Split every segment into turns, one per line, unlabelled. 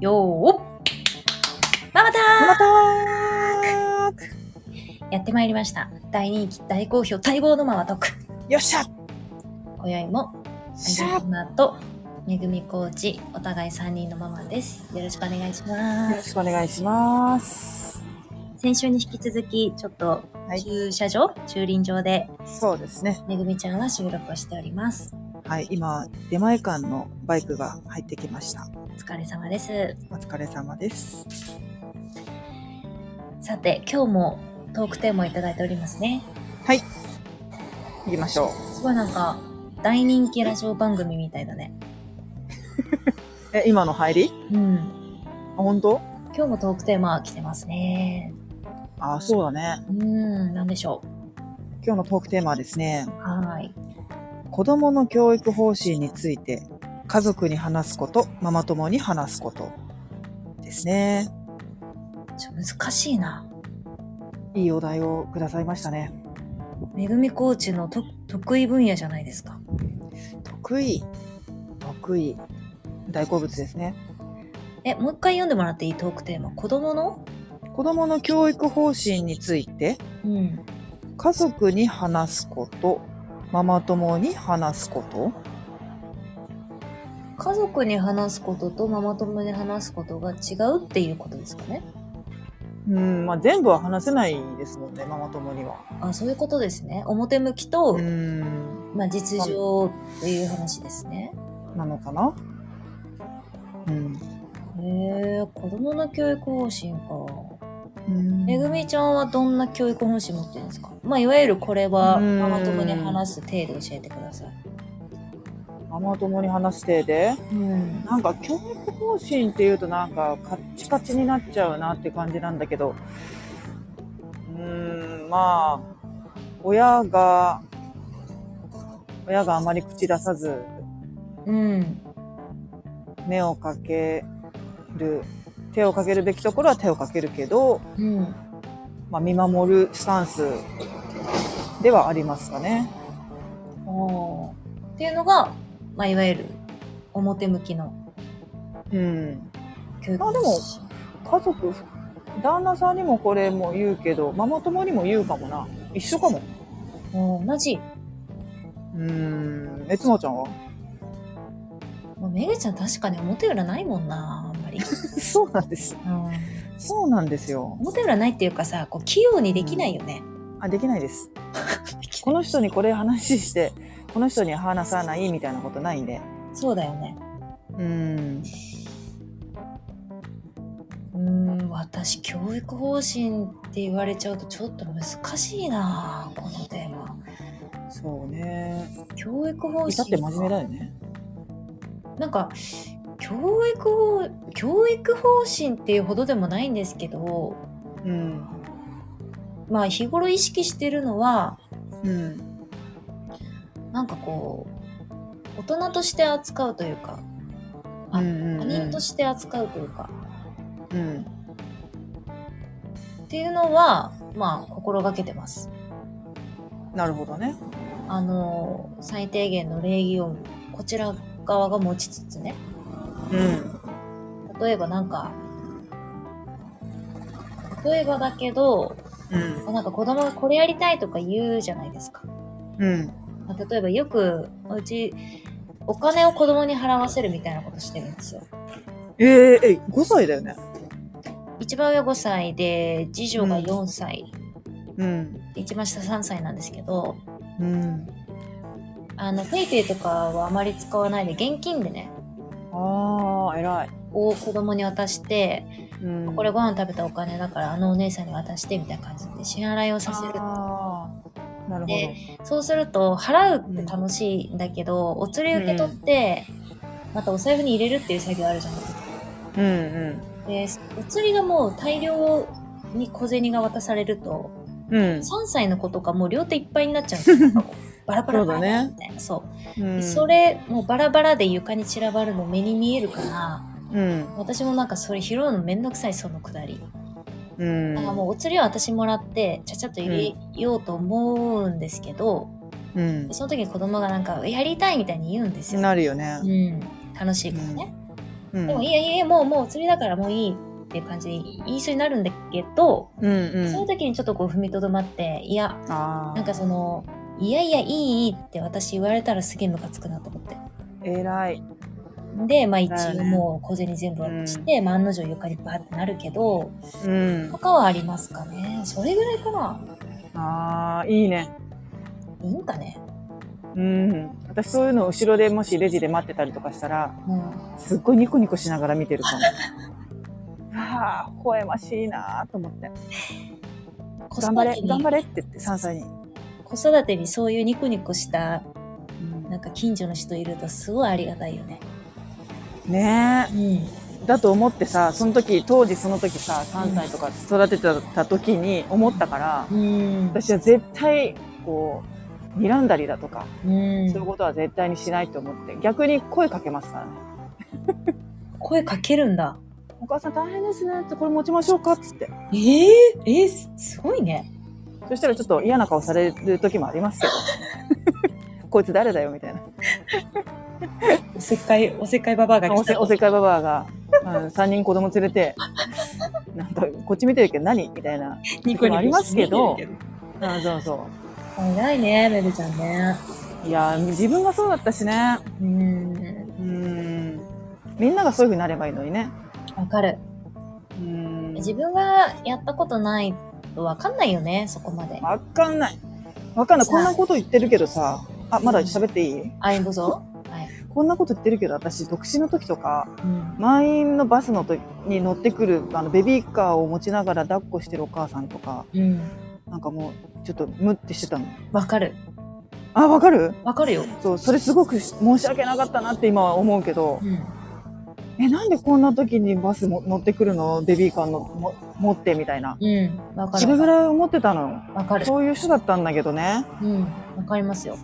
よーママター
また
やってまいりました。大人気、大好評、待望のママトーク。
よっしゃ
今宵も、
し
アンジェ
ゃ
リーナと、めぐみコーチ、お互い3人のママです。よろしくお願いしま
よろ
す。
しくお願いします。
先週に引き続き、ちょっと、
はい
駐車場、駐輪場で、
そうですね。
めぐみちゃんは収録をしております。
はい、今、出前館のバイクが入ってきました。
お疲れ様です。
お疲れ様です。
さて、今日もトークテーマをいただいておりますね。
行きましょう。
すごいなんか、大人気ラジオ番組みたいだね。
え、今の入り
うん。
あ、本当
今日もトークテーマ来てますね。
あ、そうだね。
うん、なんでしょ
今日のトークテーマはですね、
う。はーい。
子供の教育方針について、家族に話すこと、ママ友に話すことですね。
ちょ難しいな。
いいお題をくださいましたね。
めぐみコーチのと得意分野じゃないですか。
得意、得意、大好物ですね。
え、もう一回読んでもらっていいトークテーマ。子供の
子供の教育方針について、
うん。
家族に話すこと、ママ友に話すこと。
家族に話すこととママ友に話すことが違うっていうことですかね。
うん、まあ全部は話せないですもんね、ママ友には。
あ、そういうことですね。表向きと、
ん、
まあ実情っていう話ですね。
なのかなうん。
へえ、子供の教育方針か。
うん
めぐみちゃんはどんな教育方針持ってるんですかまあいわゆるこれは
うん
ママ友に話す程度教えてください。
ママ友に話してで、
うん。
なんか教育方針っていうとなんかカッチカチになっちゃうなって感じなんだけど、うん、まあ、親が、親があまり口出さず、
うん。
目をかける手をかけるべきところは手をかけるけど、
うん。
まあ、見守るスタンスではありますかね。
おーっていうのが、まあ、いわゆる表向きの
うん、
教育
あでも家族旦那さんにもこれも言うけどママ友にも言うかもな一緒かも
も同じ、
うんえつまちゃんは
まあ、めぐちゃん確かに表裏ないもんなあんま り、
そうなんです
うん、
そうなんですよ
表裏ないっていうかさこう器用にできないよね、
あできないです この人にこれ話してこの人には話さないみたいなことないんで
そうだよね
うん
うーん私教育方針って言われちゃうとちょっと難しいなあこのテーマ
そうね
教育方針
至って真面目だよね
なんか教育を教育方針っていうほどでもないんですけど
うん
まあ日頃意識してるのは
うん
なんかこう大人として扱うというか
う
あ
ん
他人として扱うというか、
うん
っていうのはまあ心がけてます
なるほどね。
あの最低限の礼儀をこちら側が持ちつつね
うん。
例えばなんか例えばだけど
うん。
なんか子供がこれやりたいとか言うじゃないですか、
うん。
まあ、例えばよくうちお金を子供に払わせるみたいなことしてるんですよ
えー、え、5歳だよね。
一番上5歳で次女が4歳、
うん。
一番下3歳なんですけど、
うん。
あの、ペイペイとかはあまり使わないで、現金でね、
ああ、偉い。
を子供に渡して、
うん
これご飯食べたお金だからあのお姉さんに渡してみたいな感じで支払いをさせる。
ああ、なるほ
でそうすると、払うって楽しいんだけど、お釣り受け取って、またお財布に入れるっていう作業あるじゃないですか。
ど。うん
で、お釣りがもう大量に小銭が渡されると、
うん。うん。
3歳の子とかもう両手いっぱいになっちゃうんですよ。なんかこうバラバラバラバラみたいな。そう。
うん、
それもうバラバラで床に散らばるの目に見えるから
うん。
私もなんかそれ拾うのめんどくさいそのくだり、
うん。
だからもうお釣りは私もらってちゃちゃっと入れようと思うんですけど、
うん。
その時に子供がなんか「やりたい」みたいに言うんですよ、
なるよね
う。ん、楽しいからね、
うん。
でもいいやいいやもうもう釣りだからもういいっていう感じで一緒になるんだけど、
うん
そう
う。
いうん時にちょっとこう踏みとどまっていや
あ
なんかそのいやいやいいいいって私言われたらすげえムカつくなと思って
あ、偉い。
でまあ一
だよ
応
ね
もう小銭全部渡して、まあ案の定床にバーってなるけど
うん
と。かはありますかねそれぐらいかな
ああ、いいね。
いいんかね
うん。私そういうの後ろでもしレジで待ってたりとかしたら、
うん
すっごいニコニコしながら見てるかも。 わあ、微笑ましいなーと思って。
子
頑張
育
れ
て、
頑張
に
れって言って、3歳に。
子育てにそういうニコニコした
うん
なんか近所の人いるとすごいありがたいよね
ね
うん
え。だと思ってさ、その時、当時その時さ、3歳とか育ててた時に思ったから、
うん
私は絶対、こう、睨んだりだとか、
うん
そういうことは絶対にしないと思って、逆に声かけますからね。
声かけるんだ
お母さん大変ですねって、これ持ちましょうかっつって。
えー、えーすすごいね
そしたらちょっと嫌な顔される時もあります けど。こいつ誰だよみたいな。
おせっかいおせっかいババアが
お
来
せ
た
おせっかいババアが、あの3人子供連れて、 なんかこっち見てるけど何みたいな。
ニコニコ
もありますけ
し
ど
て見てる
あそうそ
けど偉いねめぐちゃんね
う。いやー、自分がそうだったしね。
うん
うん。みんながそういう風になればいいのにね。
わかる
うん。
自分がやったことないとわかんないよねそこまで
わかんない。わかんない。こんなこと言ってるけどさ。あ、まだ喋っていい
あいごぞ
こんなこと言ってるけど、私、独身の時とか、
うん
満員のバスの時に乗ってくる、あの、ベビーカーを持ちながら抱っこしてるお母さんとか、
うん
なんかもう、ちょっとムってしてたの。
わかる
あ、わかる
わかるよ
そう、それすごく申し訳なかったなって今は思うけど、
うん
え、なんでこんな時にバスも乗ってくるのベビーカーのも持ってみたいな。
うんわか
それぐ
る
らい思ってたの。
わかる
そういう人だったんだけどね。
うんわかりますよ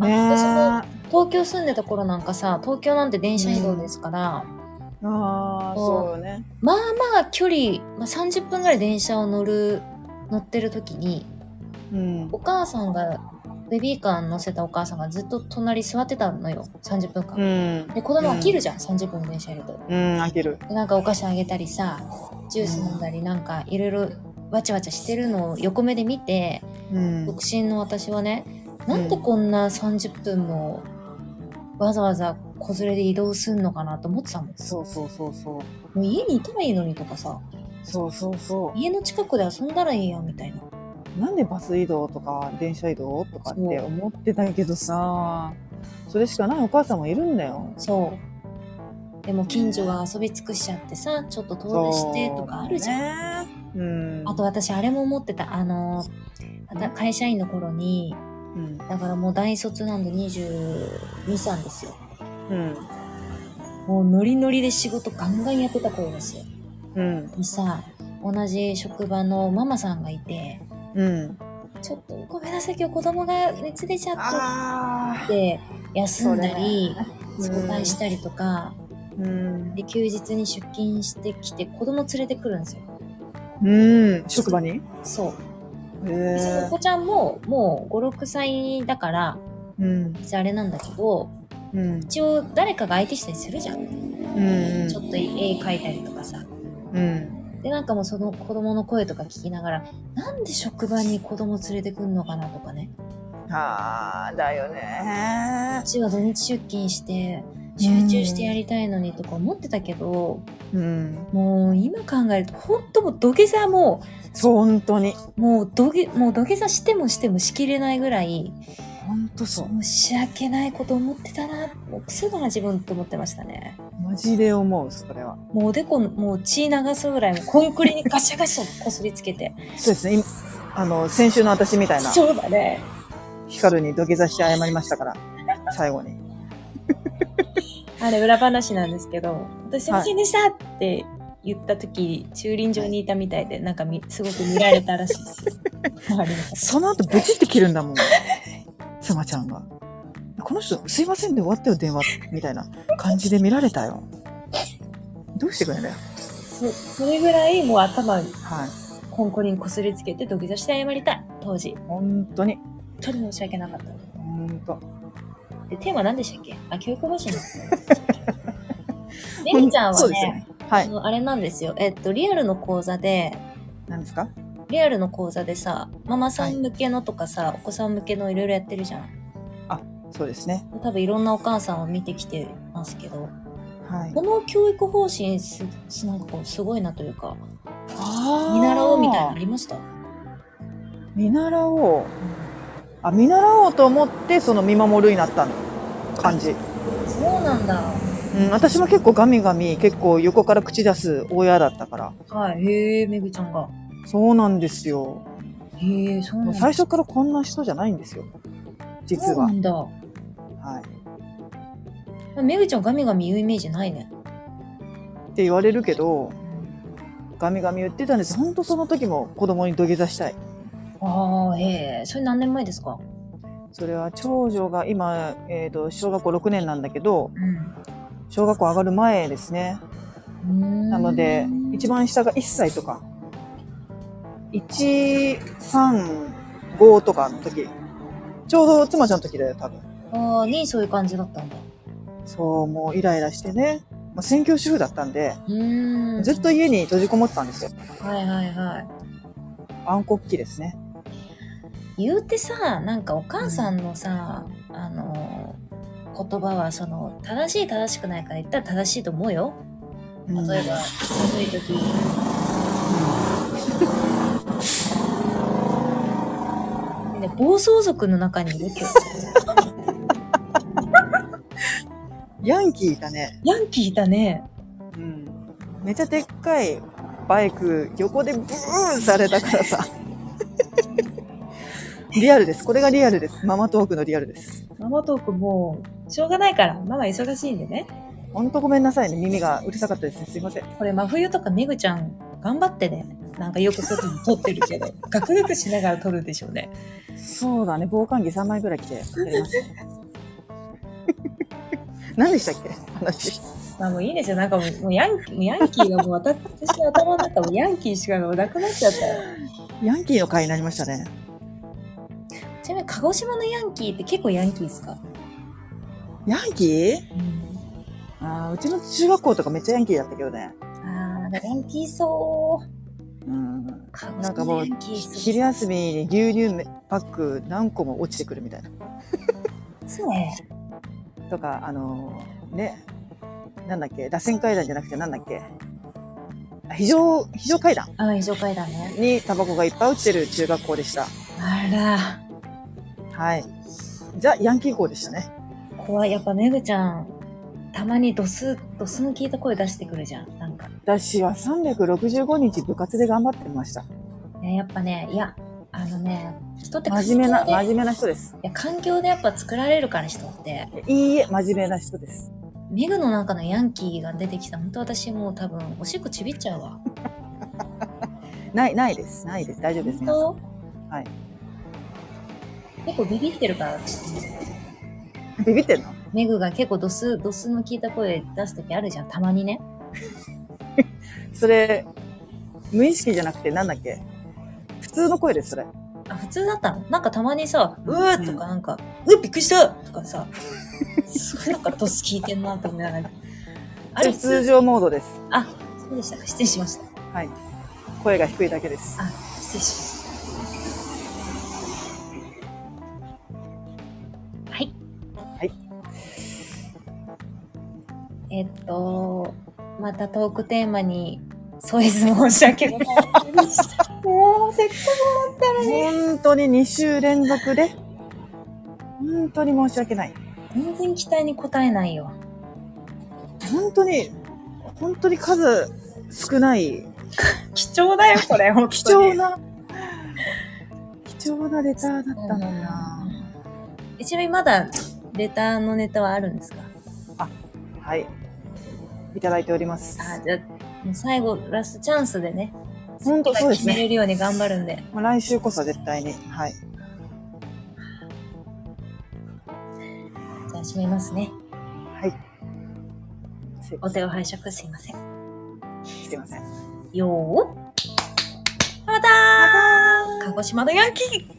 あ
ね
私も
え。
東京住んでた頃なんかさ東京なんて電車移動ですから、
ああ、そうよね。
まあまあ距離、まあ、30分ぐらい電車を乗る乗ってる時に
うん。
お母さんがベビーカーに乗せたお母さんがずっと隣座ってたのよ30分間、
うん。
で子供飽きるじゃん、30分の電車いると
うん、開ける。
でなんかお菓子あげたりさジュース飲んだりなんかいろいろわちゃわちゃしてるのを横目で見て
うん
独。身の私はねなんでこんな30分もわざわざ子連れで移動すんのかなと思ってたもん
そうそうそうそう。
もう家にいたらいいのにとかさ
そうそうそ
家の近くで遊んだらいいやんみたいな
う。なんでバス移動とか電車移動とかって
そう
思ってたけどさ、それしかないお母さんもいるんだよ。
そうでも近所は遊び尽くしちゃってさちょっと遠出してとかあるじゃん、
ゃん。うん。
あと、私あれも思ってたあのまた会社員の頃に
うん。
だからもう大卒なんで22歳ですよ
うん。
もうノリノリで仕事ガンガンやってた頃ですよ
うん。
にさ同じ職場のママさんがいて
うん。
ちょっとごめんなさい今日子供が熱出ちゃった
あ
って休んだり
それ
早退したりとか、
あ。うん。
で休日に出勤してきて子供連れてくるんですよ
うん。職場にへ
そうでその
え。
子ちゃんももう56歳だから
うん。
別にあれなんだけど
うん。
一応誰かが相手したりするじゃん、
うん
ちょっと絵描いたりとかさ
うん。
でなんかもうその子供の声とか聞きながらなんで職場に子供連れてくんのかなとかね
ああ、だよね
う。ちは土日出勤して集中してやりたいのにとか思ってたけど、
うん。
もう今考えると本当もう土下座も
そう、本当に。
もう土下もう土下座してもしてもしきれないぐらい
本当そう。
申し訳ないこと思ってたなもうクソだな自分と思ってましたね
マジで思う、それは。
もうおでこもう血流すぐらいもうコンクリにガシャガシャこすりつけて
そうですね。今あの、先週の私みたいな、
そうだね
ヒカルに土下座して謝りましたから、最後に。
あれ裏話なんですけど「私すいませんでした!」って言った時駐輪場にいたみたいでなんかみすごく見られたらしいです周 りの方
その後、ブチって切るんだもん。妻ちゃんが。この人、すいませんで終わったよ、電話。みたいな感じで見られたよ。どうしてくれんだよ。
そそれぐらいもう頭
はい。
コンクリにこすりつけて土下座して謝りたい当時
本当に。
本当に申し訳なかった
本当。
でテーマ何でしたっけあ教育方針ねみちゃん
そ
は
うですよ
ね、
ね。は
あ
い。
のあれなんですよ。えっと、リアルの講座で、
何ですか
リアルの講座でさ、ママさん向けのとかさ、お子さん向けのいろいろやってるじゃん。
そうですね。
多分いろんなお母さんを見てきてますけど、
はい
こ。の教育方針す、すなんかこう、すごいなというか、
あー
見習おうみたいなのありました
見習おう。あ、見習おうと思って、その見守るになった感じ。
そうなんだ。
うん、私も結構ガミガミ、結構横から口出す親だったから。
はい。へえ、めぐちゃんが。
そうなんですよ。
へえ、そうなん
もう
だ。
最初からこんな人じゃないんですよ。実
そう
は
な。んだ。
はい。
めぐちゃんガミガミ言うイメージないね。
って言われるけど、ガミガミ言ってたんです。ほんとその時も子供に土下座したい。
ああ、へえ。それ何年前ですか
それは長女が今、えっ、と、小学校6年なんだけど、
う
小学校上がる前ですね。
ん。
なので、一番下が1歳とか、1、3、5とかの時、ちょうど妻ちゃんの時だよ、多分。
ああ、にそういう感じだったんだ。
そう、もうイライラしてね。まあ、専業主婦だったんで、
うーん。
ずっと家に閉じこもってたんですよ。
はいはいはい。
暗黒期ですね。
言うてさ、なんかお母さんのさ、あのー、言葉はその、正しい正しくないから言ったら正しいと思うよ。
うん
例えば、寒い時、ね、暴走族の中にいるって。
ヤンキーだね。
ヤンキーいたね。
うん。めちゃでっかいバイク、横でブーンされたからさ。 リアルです。これがリアルです。ママトークのリアルです。
ママトークもう、しょうがないから、ママ忙しいんでね。
ほんとごめんなさいね。耳がうるさかったですね。すいません。
これ真冬とかめぐちゃん、頑張ってね。なんかよく外に撮ってるけど、 ガクガクしながら撮るでしょうね。
そうだね。防寒着3枚ぐらい着てやります。 何でしたっけ話。
まあもういいですよ。なんかもうもうヤンキー、ヤンキーがもう私の頭の中もヤンキーしかなくなっちゃったよ。
ヤンキーの回になりましたね。
ちなみに鹿児島のヤンキーって結構ヤンキーですか、
ヤンキーああ、うちの中学校とかめっちゃヤンキーだったけどね。
ああ、ヤンキーそう。
うん。
鹿児
なんか
島
も
の
う
ヤンキー
昼休みに牛乳パック何個も落ちてくるみたいな。
そうね。
とか、あのーね、なんだっけ、螺旋階段じゃなくてなんだっけ、あ非常、非常階段
ああ、異常階段ね。
にタバコがいっぱい落ちてる中学校でした。
あら、
はい。ザ・ヤンキー校でしたね。
怖い。やっぱめぐちゃん、たまにドス、ドスの聞いた声出してくるじゃん。なんか。
私は365日部活で頑張ってました。
ね、やっぱね、いや、あのね、人って環境で
真面目な、
い
真面目な人です。
や環境でやっぱ作られるから人って。
いいえ、真面目な人です。
メグの中のヤンキーが出てきた本当私もう多分おしっこちびっちゃうわ
ない、ないです。ないです。大丈夫です。
本
皆さん
当
はい
結構ビビってるから私
ビビってんの
メグが結構ドスドスの効いた声出す時あるじゃんたまにね
それ、無意識じゃなくてなんだっけ普通の声です、それ。
あ普通だったのなんかたまにさ「
う
うんわ!」とかなんか「うわびっくりした!」とか さそれなんかドス効いてんなと思いながらあ
それ
れ
通常モードです。
あそうでしたか失礼しました
はい。声が低いだけです。
あ失礼しましたはい
はい
えっとまたトークテーマに添えず申し訳ございませんでした
もうせっかくだったらね。本当に2週連続で。本当に申し訳ない。
全然期待に応えないよ
本当に、本当に数少ない、
貴重だよこれ本当に
貴重な、貴重なレターだったのにな。
えちなみにまだレターのネタはあるんですか
はい。いただいております。
あじゃあもう最後ラストチャンスでね
本当そうです
決め
ね。
れるように頑張るんで
まあ来週こそ絶対に。はい。
じゃあ閉めますね
はい。すい
お手を拝借すいません
すいません。
よーまたー鹿児島のヤンキー